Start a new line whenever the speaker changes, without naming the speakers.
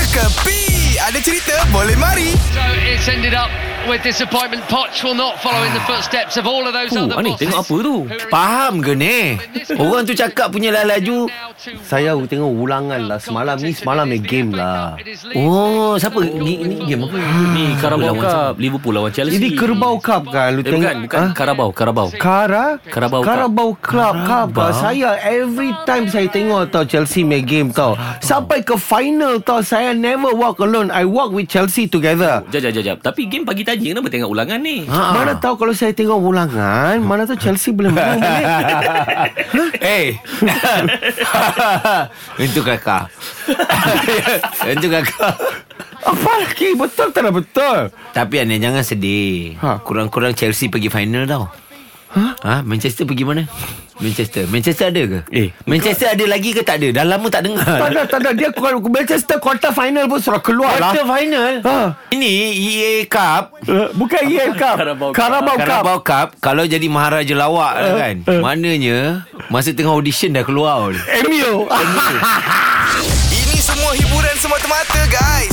Kepi Ada cerita boleh mari
So it's ended up with disappointment. Poch will not follow in the footsteps of all of those
Oh,
other
Puh,
ah,
Anik
bosses.
tengok apa tu?
Faham ke ni?
Orang tu cakap punya lah laju.
Saya tengok ulangan lah Semalam ni Semalam ni game lah
Oh, siapa? Ni, ni game apa?
Hmm,
Ni Ah, Carabao
Lawan
Cup. Liverpool lawan Chelsea.
Ini Kerbau Cup kan Lu
Eh, bukan,
tengok
bukan.
Ah?
Carabao, Carabao.
Kara
Carabao Cup.
Carabao Club Cup
Carabao.
Saya every time saya tengok tau Chelsea main game tau Sampai ke final tau Saya never walk alone I walk with Chelsea together
Jap, jap, jap, jap. Tapi game pagi tadi kenapa tengok ulangan ni?
Ha.
Mana tahu kalau saya tengok ulangan Mana tahu Chelsea boleh menang boleh
Eh Itu kakak Itu kakak
Apa lagi Betul tak nak betul
Tapi Ane jangan sedih
Ha.
Kurang-kurang Chelsea pergi final tau Ha? ha? Manchester pergi mana? Manchester Manchester ada ke?
Eh.
Manchester ada lagi ke tak ada? Dah lama tak dengar
Tak ada tak ada Dia keluar- Manchester quarter final pun Sudah keluar lah
Quarter final
Ha.
Ini EA Cup
Eh, Bukan EM Cup
Carabao Cup.
Carabao Cup
Carabao Cup Kalau jadi Maharaja lawak uh, kan uh. Maknanya Masa tengah audition dah keluar ni.
MU
Ini semua hiburan semata-mata guys